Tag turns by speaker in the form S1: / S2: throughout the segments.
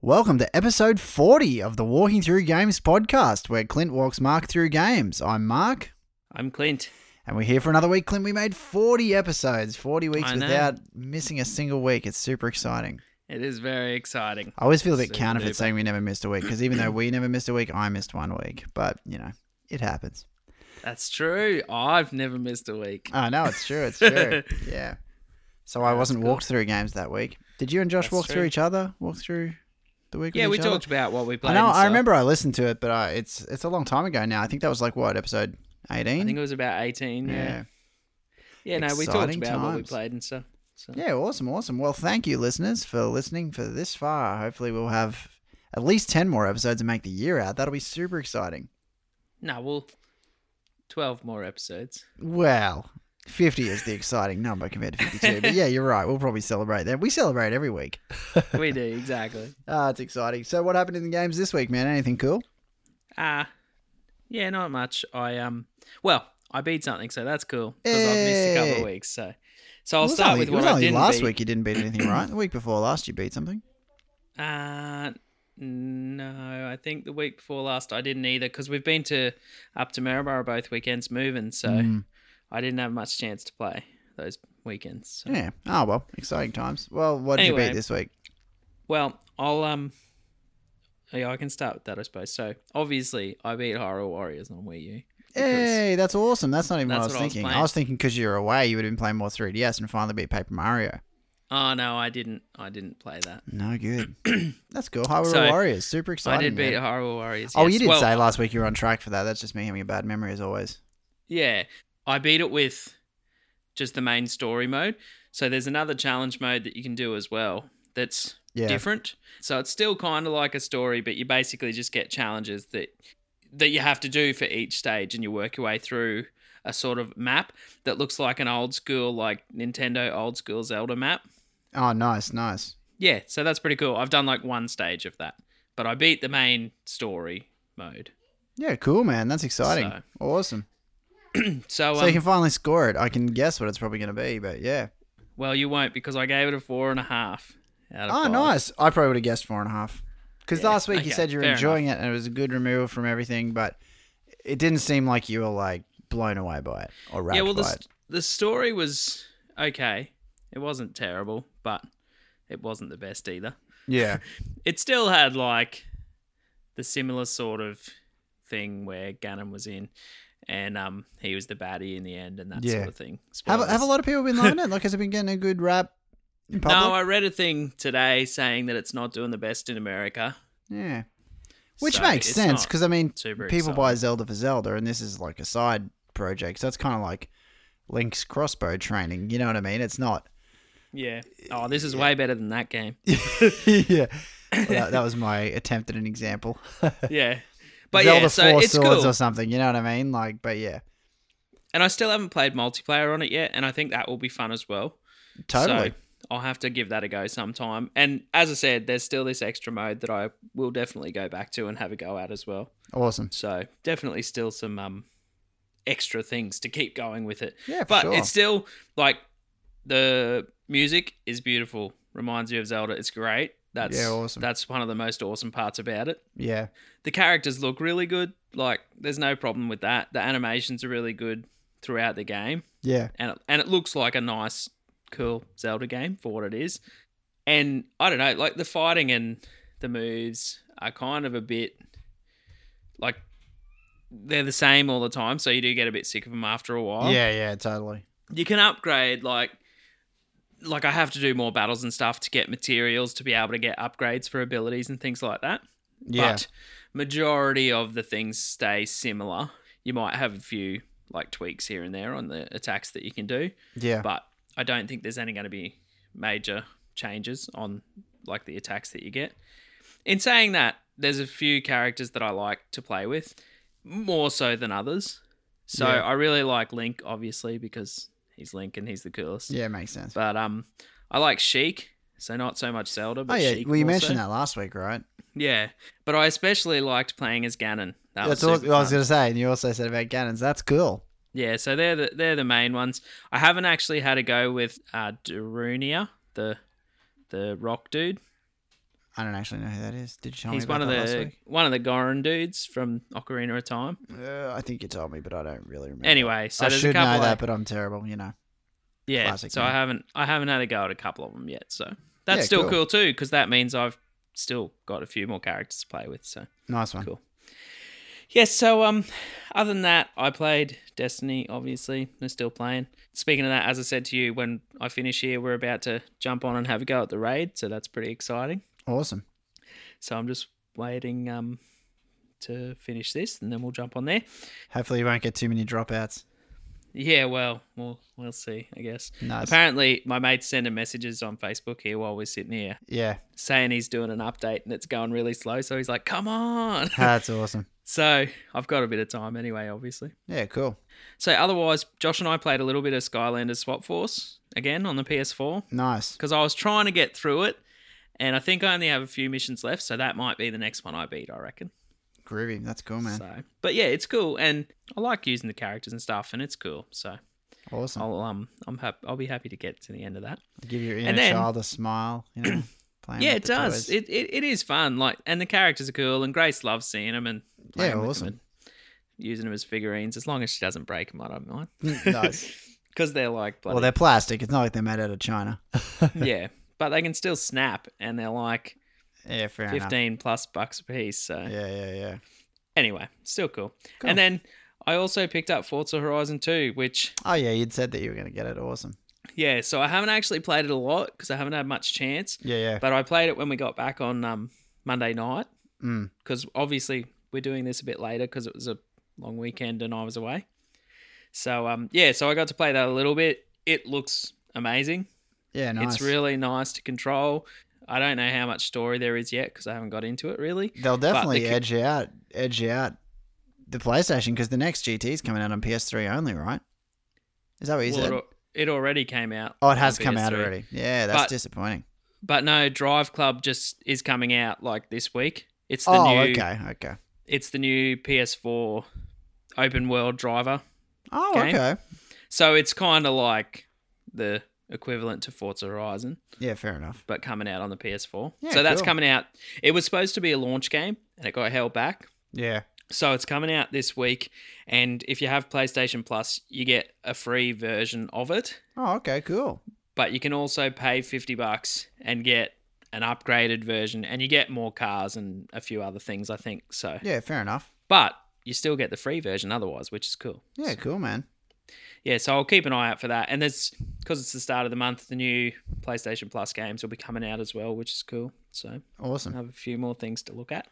S1: Welcome to episode 40 of the Walking Through Games podcast, where Clint walks Mark through games. I'm Mark,
S2: I'm Clint.
S1: and we're here for another week. Clint, we made 40 episodes, 40 weeks
S2: I know.
S1: without missing a single week. It's super exciting.
S2: It is very exciting.
S1: I always feel a bit
S2: Super
S1: counterfeit
S2: duper.
S1: saying we never missed a week because even though we never missed a week, I missed one week. But, you know, it happens.
S2: That's true. I've never missed a week.
S1: Oh, no, it's true. It's true. yeah. So I wasn't
S2: cool.
S1: walked through games that week. Did you and Josh
S2: That's
S1: walk through
S2: true.
S1: each other? Walk through the week?
S2: yeah,
S1: with
S2: we
S1: each other?
S2: talked about what we played.
S1: I know.
S2: and
S1: I
S2: stuff.
S1: remember I listened to it, but uh, it's it's a long time ago now. I think that was like what episode
S2: I think
S1: eighteen.
S2: it was about eighteen. Yeah.
S1: Yeah.
S2: Yeah. no, we talked
S1: Exciting
S2: about what we
S1: times.
S2: played and stuff. So
S1: Yeah. Awesome. Awesome. Well, thank you, listeners, for listening for this far. Hopefully, we'll have at least ten more episodes and make the year out. That'll be super exciting.
S2: no, well, twelve more episodes.
S1: Well, fifty is the exciting number compared to fifty-two. but yeah, you're right. We'll probably celebrate that. We celebrate every week.
S2: we do exactly.
S1: Ah, it's exciting. So, what happened in the games this week, man? Anything cool?
S2: Ah, yeah, not much. I um, well, I beat something, so that's cool because I've missed a couple
S1: Hey.
S2: of weeks. So, so I'll
S1: It was
S2: start
S1: only-
S2: with
S1: it was
S2: what I
S1: only
S2: didn't
S1: last
S2: beat.
S1: week. You didn't beat anything, right? The week before last, you beat something.
S2: Uh no, I think the week before last I didn't either because we've been to up to Maryborough both weekends moving, so
S1: Mm.
S2: I didn't have much chance to play those weekends. So.
S1: Yeah. Oh well, exciting times. Well, what did you
S2: Anyway.
S1: beat this week?
S2: Well, I'll um, yeah, I can start with that I suppose. So obviously I beat Horror Warriors on Wii U. because-
S1: Hey, that's awesome. That's not even what I
S2: That's
S1: was
S2: what I was
S1: thinking. I
S2: playing.
S1: was thinking because you're away, you would have been playing more 3DS and finally beat Paper Mario.
S2: Oh no, I didn't. I didn't play that.
S1: No good. that's cool. Hyrule
S2: So,
S1: Warriors, super exciting.
S2: I did beat
S1: man.
S2: Horror Warriors.
S1: Oh,
S2: yes.
S1: you did
S2: Well,
S1: say last week you were on track for that. That's just me having a bad memory as always.
S2: Yeah, I beat it with just the main story mode. So there's another challenge mode that you can do as well. That's
S1: Yeah.
S2: different. So it's still kind of like a story, but you basically just get challenges that that you have to do for each stage, and you work your way through a sort of map that looks like an old school, like Nintendo old school Zelda map.
S1: Oh, nice, nice.
S2: Yeah, so that's pretty cool. I've done like one stage of that, but I beat the main story mode.
S1: Yeah, cool, man. That's exciting.
S2: So-
S1: awesome. so
S2: So,
S1: you
S2: um,
S1: can finally score it. I can guess what it's probably going to be, but yeah.
S2: well, you won't because I gave it a four and a half. Out of
S1: Oh,
S2: five.
S1: nice. I probably would have guessed four and a half. Because
S2: Yeah,
S1: last week
S2: okay,
S1: you said you were
S2: fair
S1: enjoying it and it was a good removal from everything, but it didn't seem like you were like blown away by it or wrapped
S2: yeah, well, the,
S1: by it.
S2: st- the story was okay. It wasn't terrible, but it wasn't the best either.
S1: Yeah.
S2: It still had like the similar sort of thing where Ganon was in, and um, he was the baddie in the end, and that
S1: Yeah.
S2: sort of thing.
S1: Have, have a
S2: Spoilers.
S1: lot of people been loving it? Like, has it been getting a good rap in public?
S2: No, I read a thing today saying that it's not doing the best in America,
S1: yeah. Which
S2: so
S1: makes
S2: it's
S1: sense
S2: not
S1: because, I mean,
S2: super
S1: people
S2: exciting.
S1: buy Zelda for Zelda, and this is like a side project. So it's kind of like Link's crossbow training. You know what I mean? It's not.
S2: Yeah. Oh, this is way better than that game.
S1: yeah. Well, that, that was my attempt at an example.
S2: yeah. But
S1: Zelda
S2: yeah, so
S1: Four
S2: it's
S1: Swords
S2: cool.
S1: or something. You know what I mean? Like, but yeah.
S2: And I still haven't played multiplayer on it yet, and I think that will be fun as well.
S1: Totally.
S2: So I'll have to give that a go sometime. And as I said, there's still this extra mode that I will definitely go back to and have a go at as well.
S1: awesome.
S2: So definitely still some um extra things to keep going with it.
S1: Yeah, for
S2: But
S1: sure.
S2: it's still like the music is beautiful. Reminds you of Zelda. It's great. That's
S1: Yeah, awesome.
S2: that's one of the most awesome parts about it.
S1: Yeah.
S2: The characters look really good. Like there's no problem with that. The animations are really good throughout the game
S1: Yeah.
S2: and it, and it looks like a nice, cool Zelda game for what it is. And I don't know, like the fighting and the moves are kind of a bit like they're the same all the time, so you do get a bit sick of them after a while.
S1: Yeah. Yeah. Totally.
S2: you can upgrade like. Like I have to do more battles and stuff to get materials to be able to get upgrades for abilities and things like that.
S1: Yeah.
S2: But majority of the things stay similar. You might have a few like tweaks here and there on the attacks that you can do
S1: yeah.
S2: but I don't think there's any going to be major changes on like the attacks that you get. In saying that, there's a few characters that I like to play with more so than others. So
S1: Yeah.
S2: I really like Link, obviously, because he's Link and he's the coolest.
S1: yeah. Makes sense.
S2: But um, I like Sheik, so not so much Zelda.
S1: Oh
S2: But
S1: yeah.
S2: Sheik
S1: Well, you
S2: more
S1: mentioned
S2: so.
S1: that last week, right?
S2: Yeah, but I especially liked playing as Ganon. That
S1: That's
S2: was
S1: all
S2: super
S1: I was
S2: fun.
S1: going to say. And you also said about Ganon's. That's cool.
S2: Yeah, so they're the, they're the main ones. I haven't actually had a go with uh, Darunia, the the rock dude.
S1: I don't actually know who that is. Did you tell me
S2: He's
S1: about
S2: one of
S1: that last
S2: the
S1: week?
S2: one of the Goron dudes from Ocarina of Time.
S1: Uh, I think you told me, but I don't really remember.
S2: Anyway, so
S1: I
S2: there's
S1: should
S2: a couple
S1: know
S2: of,
S1: that, but I'm terrible. You know.
S2: yeah.
S1: classic,
S2: so
S1: yeah.
S2: I haven't I haven't had a go at a couple of them yet. So that's
S1: Yeah,
S2: still
S1: cool.
S2: cool, too because that means I've still got a few more characters to play with. So
S1: Nice one.
S2: Cool. yes. so um, other than that, I played Destiny. Obviously, I'm still playing. Speaking of that, as I said to you, when I finish here, we're about to jump on and have a go at the raid. So that's pretty exciting.
S1: Awesome.
S2: So I'm just waiting um to finish this, and then we'll jump on there.
S1: Hopefully you won't get too many dropouts.
S2: Yeah, well, we'll we'll see, I guess.
S1: Nice.
S2: Apparently, my mate's sending messages on Facebook here while we're sitting here,
S1: yeah,
S2: saying he's doing an update and it's going really slow. So he's like, "Come on!"
S1: that's awesome.
S2: so I've got a bit of time anyway, obviously.
S1: Yeah, cool.
S2: So otherwise, Josh and I played a little bit of Skylanders Swap Force again on the PS4
S1: Nice.
S2: because I was trying to get through it, and I think I only have a few missions left, so that might be the next one I beat, I reckon.
S1: Groovy. That's cool, Oh, man.
S2: So, but yeah, it's cool, and I like using the characters and stuff, and it's cool. So
S1: Awesome.
S2: I'll um I'm hap- I'll be happy to get to the end of that.
S1: Give your inner
S2: then-
S1: child a smile. You know, playing
S2: yeah,
S1: with
S2: it
S1: the
S2: does.
S1: toys.
S2: It, it it is fun. Like, and the characters are cool, and Grace loves seeing them and playing
S1: Yeah,
S2: with them
S1: awesome.
S2: and using them as figurines. As long as she doesn't break them, I don't mind.
S1: nice.
S2: because they're like bloody
S1: Well, they're plastic. It's not like they're made out of China.
S2: yeah, but they can still snap, and they're like
S1: Yeah, fair enough.
S2: fifteen plus bucks a piece. So
S1: Yeah, yeah, yeah.
S2: anyway, still cool.
S1: Cool.
S2: And then I also picked up Forza Horizon Two, which
S1: Oh yeah, you'd said that you were gonna get it. Awesome.
S2: yeah, so I haven't actually played it a lot because I haven't had much chance.
S1: Yeah, yeah.
S2: But I played it when we got back on um, Monday night
S1: Mm.
S2: because obviously we're doing this a bit later because it was a long weekend and I was away. So um, yeah, so I got to play that a little bit. It looks amazing.
S1: Yeah, nice.
S2: It's really nice to control. I don't know how much story there is yet because I haven't got into it really.
S1: They'll definitely
S2: co-
S1: edge you out, edge you out the PlayStation because the next GT's coming out on PS3 only, right? Is that what you
S2: Well,
S1: said?
S2: it, al- it already came out.
S1: oh, it has
S2: on
S1: come out
S2: PS3.
S1: already. Yeah, that's
S2: But-
S1: disappointing.
S2: But no, Drive Club just is coming out like this week. It's the
S1: Oh,
S2: new
S1: okay, okay.
S2: it's the new PS4 open world driver.
S1: Oh,
S2: game.
S1: okay.
S2: So it's kind of like the equivalent to Forza Horizon
S1: Yeah, fair enough.
S2: but coming out on the PS4.
S1: Yeah,
S2: so that's
S1: cool.
S2: coming out. It was supposed to be a launch game and it got held back.
S1: Yeah.
S2: So it's coming out this week and if you have PlayStation Plus, you get a free version of it.
S1: Oh, okay, cool.
S2: but you can also pay 50 bucks and get an upgraded version and you get more cars and a few other things i think so
S1: Yeah, fair enough.
S2: but you still get the free version otherwise which is cool
S1: Yeah,
S2: So-
S1: cool, man.
S2: yeah so i'll keep an eye out for that and there's because it's the start of the month the new playstation plus games will be coming out as well which is cool so i
S1: Awesome.
S2: have a few more things to look at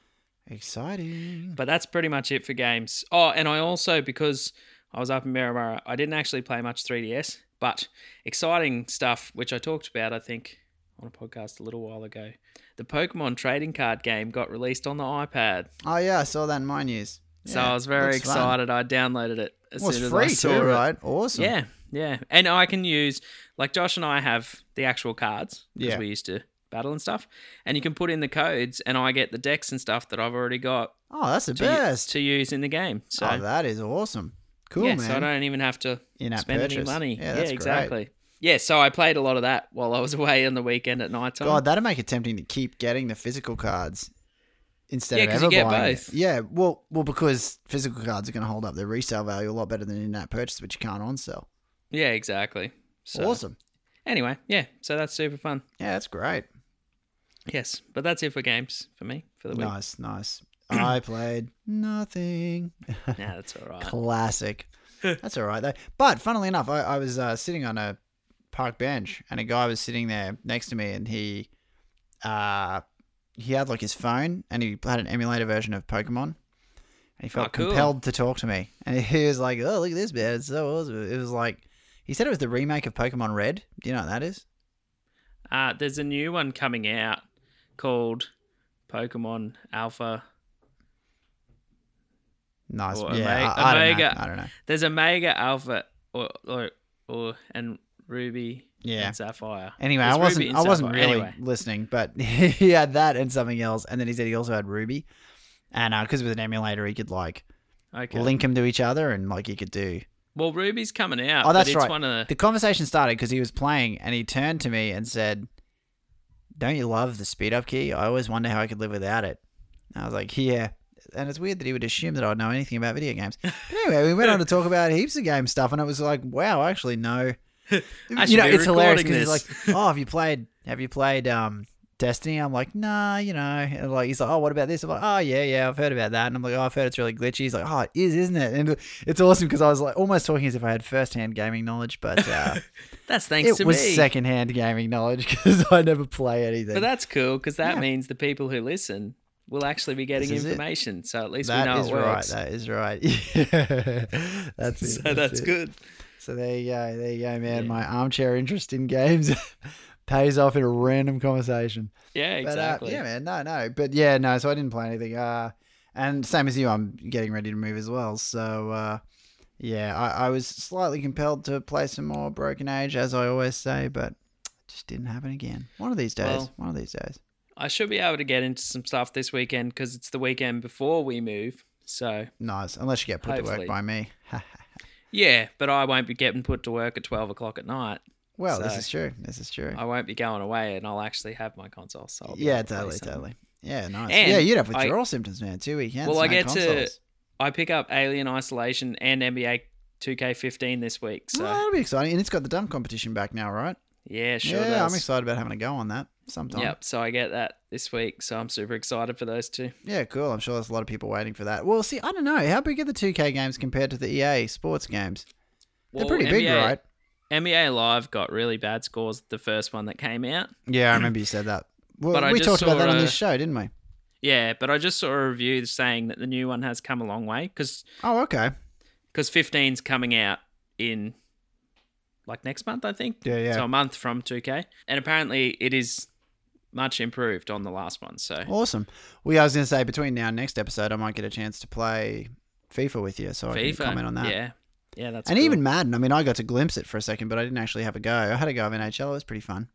S1: Exciting.
S2: but that's pretty much it for games oh and i also because i was up in Marymara, i didn't actually play much 3ds but exciting stuff which i talked about i think on a podcast a little while ago the pokemon trading card game got released on the ipad
S1: Oh yeah, I saw that in my news.
S2: so
S1: Yeah,
S2: i was very
S1: looks fun.
S2: excited i downloaded it as
S1: Well, it's
S2: soon as
S1: free
S2: i saw
S1: too,
S2: it
S1: right? Awesome.
S2: yeah yeah and i can use like josh and i have the actual cards because
S1: Yeah.
S2: we used to battle and stuff and you can put in the codes and i get the decks and stuff that i've already got
S1: Oh, that's the
S2: to,
S1: best.
S2: to use in the game so
S1: oh, that is awesome. Cool,
S2: yeah,
S1: man.
S2: so I don't even have to
S1: In-app
S2: spend any
S1: purchase.
S2: money.
S1: Yeah, that's great.
S2: exactly. Yeah, so I played a lot of that while I was away on the weekend at night time.
S1: God, that'd make it tempting to keep getting the physical cards instead
S2: Yeah,
S1: of
S2: 'cause
S1: ever
S2: you get
S1: buying
S2: both.
S1: It. Yeah, well, well, because physical cards are going to hold up their resale value a lot better than in-app purchase, which you can't on sell.
S2: yeah, exactly. So
S1: Awesome.
S2: anyway, yeah, so that's super fun.
S1: Yeah, that's great.
S2: Yes, but that's it for games for me for the week. No,
S1: Nice, nice. I played nothing.
S2: that's all right.
S1: Classic. That's all right though. But funnily enough, I, I was uh, sitting on a park bench, and a guy was sitting there next to me, and he, uh, he had like his phone, and he had an emulator version of Pokemon, and he felt
S2: Ah, cool.
S1: compelled to talk to me, and he was like, "Oh, look at this, man! It's so awesome!" It was like, he said it was the remake of Pokemon Red. Do you know what that is?
S2: Uh, there's a new one coming out called Pokemon Alpha.
S1: Nice.
S2: Or
S1: yeah,
S2: Omega-
S1: I, I don't know.
S2: Omega.
S1: I don't know.
S2: There's Omega Alpha or or, or and Ruby
S1: Yeah.
S2: and Sapphire.
S1: Anyway,
S2: There's
S1: I wasn't
S2: Ruby and
S1: I wasn't
S2: Sapphire.
S1: really
S2: Anyway.
S1: listening, but he had that and something else, and then he said he also had Ruby, and because with an emulator he could like
S2: Okay.
S1: link them to each other, and like he could do.
S2: Well, Ruby's coming out.
S1: Oh, that's
S2: but it's
S1: right.
S2: One of the,
S1: The conversation started because he was playing, and he turned to me and said, don't you love the speed up key? I always wonder how I could live without it. And I was like, yeah. And it's weird that he would assume that I'd know anything about video games. But anyway, we went on to talk about heaps of game stuff, and it was like, wow, I actually know.
S2: should
S1: you know,
S2: be
S1: it's hilarious
S2: recording
S1: because he's like,
S2: this.
S1: oh, have you played? Have you played um, Destiny? I'm like, nah, you know. And like he's like, oh, what about this? I'm like, oh yeah, yeah, I've heard about that. And I'm like, oh, I've heard it's really glitchy. He's like, oh, it is, isn't it? And it's awesome because I was like almost talking as if I had first hand gaming knowledge, but uh,
S2: That's thanks
S1: it
S2: to
S1: was
S2: me.
S1: second hand gaming knowledge because I never play anything.
S2: But that's cool because that
S1: Yeah.
S2: means the people who listen will actually be getting
S1: This is it.
S2: information. So at least
S1: That
S2: we know
S1: is
S2: it works.
S1: right. That is right. Yeah. that's it.
S2: so that's,
S1: it.
S2: good.
S1: So there you go. There you go, man.
S2: Yeah.
S1: My armchair interest in games pays off in a random conversation.
S2: Yeah,
S1: But, uh,
S2: exactly.
S1: yeah, man. No, no. But yeah, no. So I didn't play anything. Uh, and same as you, I'm getting ready to move as well. So uh, yeah, I, I was slightly compelled to play some more Broken Age, as I always say, but it just didn't happen again. One of these days.
S2: Well-
S1: one of these days.
S2: I should be able to get into some stuff this weekend because it's the weekend before we move. So
S1: Nice. Unless you get put to
S2: Hopefully.
S1: work by me.
S2: yeah, but I won't be getting put to work at twelve o'clock at night.
S1: well, this
S2: So-
S1: is true. This is true.
S2: I won't be going away, and I'll actually have my console. So I'll be
S1: Yeah,
S2: able to play
S1: totally,
S2: something.
S1: totally. Yeah, nice.
S2: And
S1: yeah, you'd have
S2: I-
S1: withdrawal symptoms, man. Two weekends.
S2: Well, I
S1: no
S2: get to-
S1: consoles.
S2: I pick up Alien Isolation and NBA 2K15 this week. So
S1: Well, that'll be exciting, and it's got the dumb competition back now, right?
S2: yeah, sure
S1: yeah,
S2: does.
S1: I'm excited about having a go on that sometime.
S2: Yep. So I get that this week. So I'm super excited for those two.
S1: Yeah, cool. I'm sure there's a lot of people waiting for that. Well, see, I don't know how big are the 2K games compared to the EA sports games.
S2: Well,
S1: They're pretty big,
S2: NBA
S1: right?
S2: NBA Live got really bad scores the first one that came out.
S1: Yeah, I remember you said that. Well,
S2: But I
S1: we
S2: just
S1: talked about
S2: saw uh,
S1: that on
S2: a-
S1: this show, didn't we?
S2: Yeah, but I just saw a review saying that the new one has come a long way because
S1: Oh, okay.
S2: because 15's coming out in like next month, I think.
S1: Yeah, yeah.
S2: So a month from 2K, and apparently it is much improved on the last one. So
S1: Awesome. Well, yeah, I was going to say between now and next episode, I might get a chance to play FIFA with you, so Oh, I
S2: FIFA,
S1: can comment on that.
S2: yeah, yeah, that's
S1: and
S2: cool.
S1: even Madden. I mean, I got to glimpse it for a second, but I didn't actually have a go. I had a go of NHL. It was pretty fun.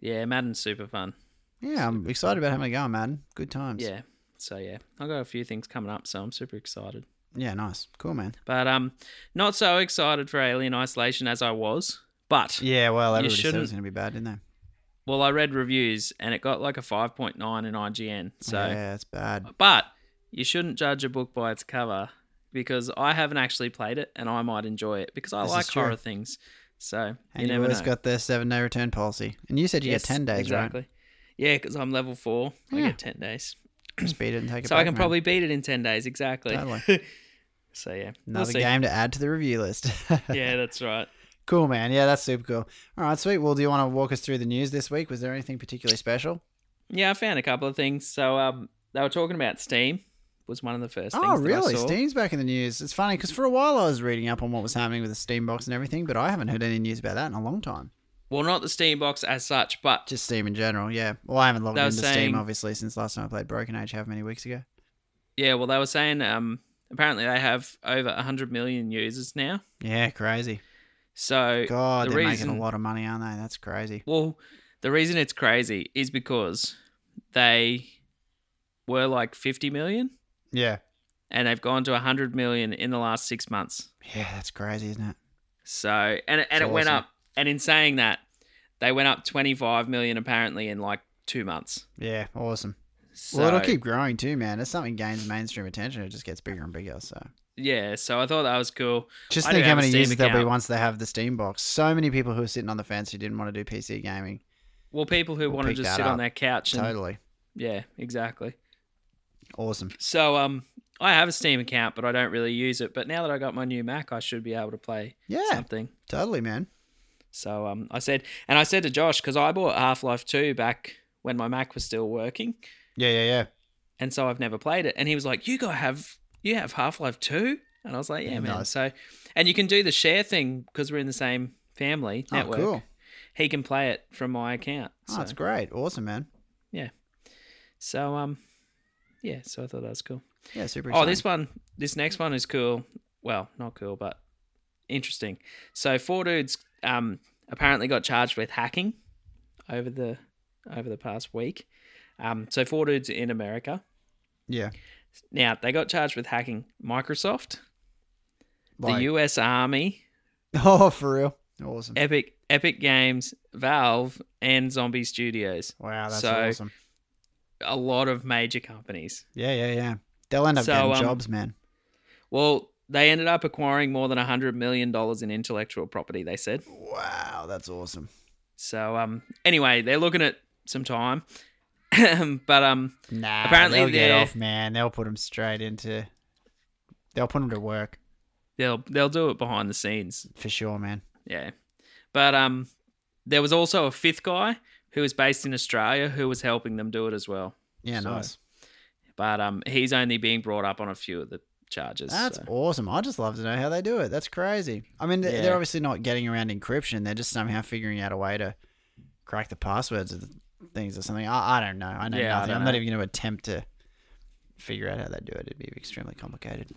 S2: yeah, Madden's super fun.
S1: Yeah, I'm excited about having a go on Madden. Good times.
S2: Yeah, so yeah, I got a few things coming up, so I'm super excited.
S1: Yeah, nice. Cool, man.
S2: But um, not so excited for Alien Isolation as I was. But
S1: Yeah, well,
S2: You
S1: everybody said it was
S2: shouldn't-
S1: going to be bad, didn't they?
S2: well, I read reviews and it got like a 5.9 in IGN. So,
S1: yeah, it's bad.
S2: but you shouldn't judge a book by its cover because I haven't actually played it and I might enjoy it because I
S1: This
S2: like
S1: is true.
S2: horror things. So
S1: And
S2: you
S1: you have
S2: never
S1: always
S2: know.
S1: got the seven day return policy. And you said you
S2: Yes,
S1: get 10 days,
S2: exactly. Yeah, because I'm level four. I
S1: Yeah.
S2: get 10 days.
S1: right? Speed it and take it
S2: so
S1: back,
S2: I can
S1: man.
S2: probably beat it in 10 days. Exactly.
S1: Totally.
S2: so yeah. we'll
S1: Another
S2: see.
S1: game to add to the review list.
S2: Yeah, that's right.
S1: Cool, man. Yeah, that's super cool. All right, sweet. Well, do you want to walk us through the news this week? Was there anything particularly special?
S2: Yeah, I found a couple of things. So um, they were talking about Steam was one of the first things
S1: Oh,
S2: that I
S1: really?
S2: saw.
S1: Steam's back in the news. It's funny because for a while I was reading up on what was happening with the Steam box and everything, but I haven't heard any news about that in a long time.
S2: Well, not the Steam box as such, but
S1: Just Steam in general, yeah. Well, I haven't logged
S2: They were
S1: into Steam
S2: saying-
S1: obviously since last time I played Broken Age, how many weeks ago?
S2: yeah, well, they were saying um, apparently they have over 100 million users now.
S1: Yeah, crazy.
S2: So,
S1: God,
S2: the
S1: they're making
S2: reason-
S1: a lot of money, aren't they? That's crazy.
S2: well, the reason it's crazy is because they were like 50 million
S1: Yeah,
S2: and they've gone to 100 million in the last six months.
S1: yeah, that's crazy, isn't it?
S2: So, and, and
S1: That's
S2: it went
S1: awesome.
S2: up. And in saying that, they went up 25 million apparently in like two months.
S1: Yeah, awesome.
S2: So,
S1: well, it'll keep growing too, man. As something gains mainstream attention, it just gets bigger and bigger. So,
S2: Yeah, so I thought that was cool.
S1: just
S2: I do
S1: think how
S2: have a
S1: many
S2: Steam
S1: users there'll be
S2: account.
S1: once they have the Steam box. So many people who are sitting on the fence who didn't want to do PC gaming.
S2: Well, people who
S1: We'll
S2: want to
S1: pick
S2: just
S1: that
S2: sit
S1: up.
S2: on their couch and
S1: Totally
S2: yeah, exactly.
S1: awesome.
S2: So um, I have a Steam account, but I don't really use it. But now that I got my new Mac, I should be able to play
S1: Yeah,
S2: something.
S1: totally, man.
S2: So um, I said, and I said to Josh because I bought Half Life Two back when my Mac was still working,
S1: Yeah, yeah, yeah.
S2: and so I've never played it. And he was like, "You got have you have Half Life 2? And I was like, "Yeah, man."
S1: Nice.
S2: So, and you can do the share thing because we're in the same family network.
S1: Oh, cool.
S2: He can play it from my account.
S1: Oh,
S2: so.
S1: that's great. Awesome, man.
S2: So um, yeah. So I thought that was cool.
S1: Yeah, super.
S2: Oh,
S1: Exciting.
S2: this one, this next one is cool. Well, not cool, but interesting. So four dudes um apparently got charged with hacking over the over the past week. Um, so four dudes in America.
S1: Yeah,
S2: Now they got charged with hacking Microsoft,
S1: like-
S2: the U.S. Army,
S1: Oh, for real. Awesome.
S2: Epic Epic Games, Valve, and Zombie Studios.
S1: Wow, that's
S2: So-
S1: awesome.
S2: A lot of major companies.
S1: Yeah, yeah, yeah. They'll end up
S2: So,
S1: getting
S2: um,
S1: jobs, man.
S2: Well, they ended up acquiring more than $100 million in intellectual property, they said.
S1: Wow, that's awesome.
S2: So, um, anyway, they're looking at some time. but um,
S1: Nah,
S2: Apparently
S1: they'll get
S2: they're-
S1: off, man. They'll put them straight into. They'll put them to work
S2: they'll they'll do it behind the scenes.
S1: for sure, man.
S2: Yeah. But um there was also a fifth guy who was based in Australia who was helping them do it as well.
S1: Yeah,
S2: So,
S1: nice.
S2: But um he's only being brought up on a few of the charges.
S1: That's
S2: so-
S1: awesome. I just love to know how they do it. That's crazy. I mean, th-
S2: Yeah.
S1: they're obviously not getting around encryption. They're just somehow figuring out a way to crack the passwords of the things or something. I, I don't know. I know
S2: Yeah, I
S1: nothing.
S2: don't
S1: I'm not
S2: know.
S1: even going to attempt to figure out how they do it. It'd be extremely complicated.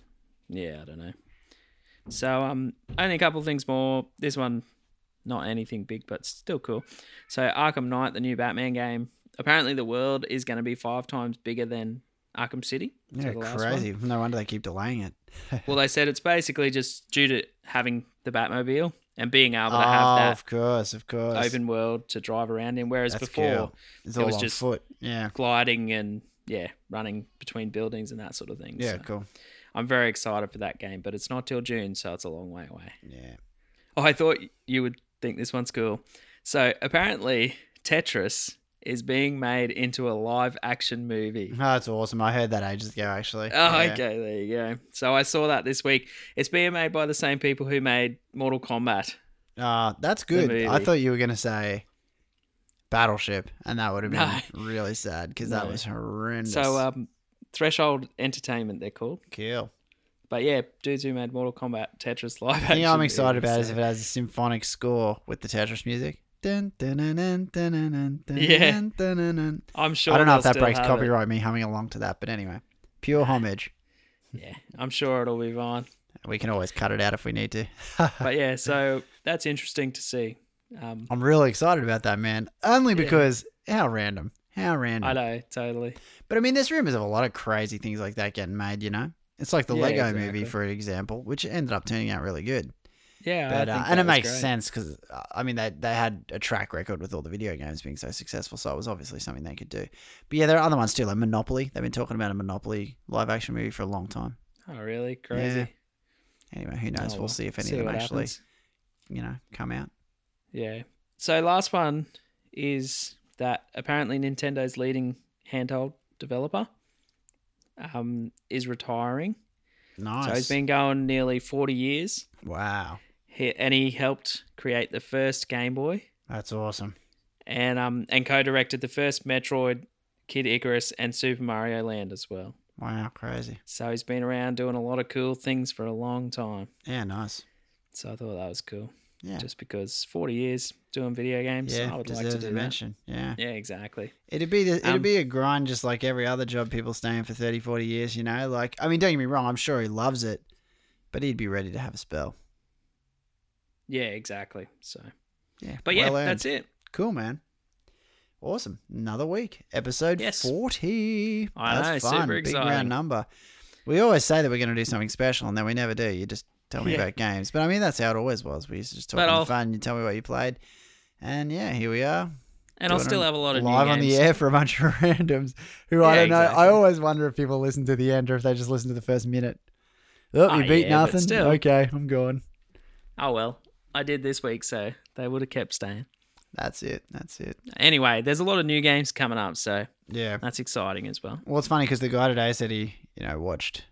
S2: yeah, I don't know. So um only a couple of things more. This one not anything big but still cool. So Arkham Knight, the new Batman game. Apparently the world is going to be 5 times bigger than Arkham City. So
S1: Yeah,
S2: the last one.
S1: crazy. No wonder they keep delaying it.
S2: Well, they said it's basically just due to having the Batmobile and being able to
S1: oh,
S2: have that
S1: of course, of course.
S2: open world to drive around in, whereas
S1: That's
S2: before
S1: cool. It's
S2: it
S1: all
S2: was
S1: on
S2: just-
S1: foot. Yeah.
S2: gliding and yeah, running between buildings and that sort of thing.
S1: Yeah,
S2: So
S1: cool.
S2: I'm very excited for that game, but it's not till June, so it's a long way away.
S1: Yeah.
S2: Oh, I thought you would think this one's cool. So apparently, Tetris is being made into a live action movie.
S1: Oh, that's awesome. I heard that ages ago, actually.
S2: Oh,
S1: yeah.
S2: okay, there you go. So I saw that this week. It's being made by the same people who made Mortal Kombat.
S1: Uh, that's good. I
S2: movie.
S1: thought you were going to say Battleship, and that would have been
S2: No.
S1: really sad because that
S2: No.
S1: was horrendous.
S2: So um, Threshold Entertainment, they're called.
S1: cool.
S2: But yeah, dudes who made Mortal Kombat, Tetris live
S1: The
S2: action.
S1: thing I'm excited
S2: movie,
S1: about is
S2: so-
S1: if it has a symphonic score with the Tetris music. Dun, dun, dun, dun, dun, dun, dun, dun,
S2: Yeah.
S1: dun, dun, dun, dun.
S2: I'm sure.
S1: I don't know
S2: they'll
S1: if that
S2: still
S1: breaks
S2: have it.
S1: copyright, me humming along to that, but anyway, pure homage.
S2: Yeah, I'm sure it'll be fine.
S1: We can always cut it out if we need to.
S2: But yeah, so that's interesting to see. Um,
S1: I'm really excited about that, man. Only
S2: Yeah.
S1: because how random. How
S2: I
S1: random.
S2: know totally.
S1: But I mean, there's rumors of a lot of crazy things like that getting made, you know? It's like the
S2: Yeah,
S1: Lego
S2: exactly.
S1: movie, for example, which ended up turning out really good.
S2: Yeah,
S1: But,
S2: I
S1: uh,
S2: think
S1: and
S2: that
S1: it
S2: was
S1: makes
S2: great.
S1: sense because, I mean, they, they had a track record with all the video games being so successful. So it was obviously something they could do. But yeah, there are other ones too, like Monopoly. They've been talking about a Monopoly live action movie for a long time.
S2: Oh, really? Crazy.
S1: Yeah. Anyway, who
S2: Oh,
S1: knows?
S2: well,
S1: we'll see if any of them
S2: what
S1: actually,
S2: happens.
S1: you know, come out.
S2: Yeah. So last one is that apparently Nintendo's leading handheld developer um, is retiring.
S1: Nice.
S2: So he's been going nearly 40 years,
S1: wow.
S2: he, and he helped create the first Game Boy.
S1: That's awesome.
S2: and um and co-directed the first Metroid, Kid Icarus, and Super Mario Land as well.
S1: Wow. Crazy.
S2: So he's been around doing a lot of cool things for a long time.
S1: Yeah, nice.
S2: So I thought that was cool.
S1: Yeah.
S2: Just because forty years doing video games,
S1: yeah.
S2: I would like
S1: deserves
S2: to
S1: a
S2: do that.
S1: mention. Yeah.
S2: Yeah, exactly.
S1: It'd be the, it'd
S2: Um,
S1: be a grind just like every other job people stay in for 30, 40 years, you know? Like, I mean, don't get me wrong, I'm sure he loves it, but he'd be ready to have a spell.
S2: Yeah, exactly. So,
S1: Yeah.
S2: but yeah,
S1: well earned.
S2: that's it.
S1: Cool, man. Awesome. Another week. Episode
S2: Yes.
S1: 40.
S2: I
S1: that's
S2: know,
S1: fun.
S2: super
S1: Big
S2: exciting.
S1: round number. We always say that we're going to do something special, and then we never do. You just tell me
S2: Yeah.
S1: about games. But I mean, that's how it always was. We used to just talk
S2: But
S1: on
S2: I'll-
S1: the phone, you tell me what you played. And yeah, here we are.
S2: And I'll
S1: Doing
S2: still
S1: them
S2: have a lot of
S1: live
S2: new
S1: on the
S2: games.
S1: air for a bunch of randoms who I
S2: Yeah,
S1: don't know.
S2: exactly.
S1: I always wonder if people listen to the end or if they just listen to the first minute. Oh,
S2: Oh,
S1: you beat
S2: yeah, but
S1: nothing.
S2: still.
S1: Okay, I'm gone.
S2: Oh well, I did this week, so they would have kept staying.
S1: That's it. That's it.
S2: Anyway, there's a lot of new games coming up, so
S1: Yeah.
S2: that's exciting as well.
S1: Well, it's funny because the guy today said he, you know, watched,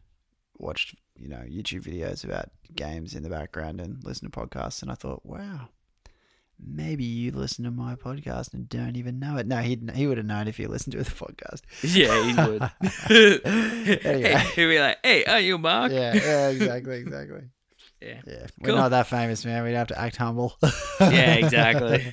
S1: watched, you know, YouTube videos about games in the background and listened to podcasts, and I thought, wow, maybe you listen to my podcast and don't even know it. No, he he would have known if he listened to the podcast.
S2: Yeah, he would. hey,
S1: Anyway.
S2: he'd be like, "Hey, are you Mark?"
S1: Yeah, yeah, exactly, exactly.
S2: Yeah.
S1: Yeah.
S2: Cool.
S1: We're not that famous, man. We'd have to act humble.
S2: Yeah, exactly.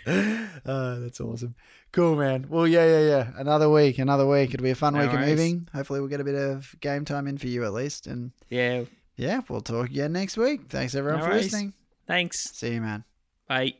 S1: uh, that's awesome. Cool, man. Well, yeah, yeah, yeah. Another week, another week. It'll be a fun
S2: No
S1: week of
S2: worries.
S1: moving. Hopefully, we'll get a bit of game time in for you at least. And
S2: Yeah.
S1: yeah, we'll talk again next week. Thanks, everyone,
S2: No
S1: for
S2: worries.
S1: listening.
S2: Thanks.
S1: See you, man.
S2: Bye.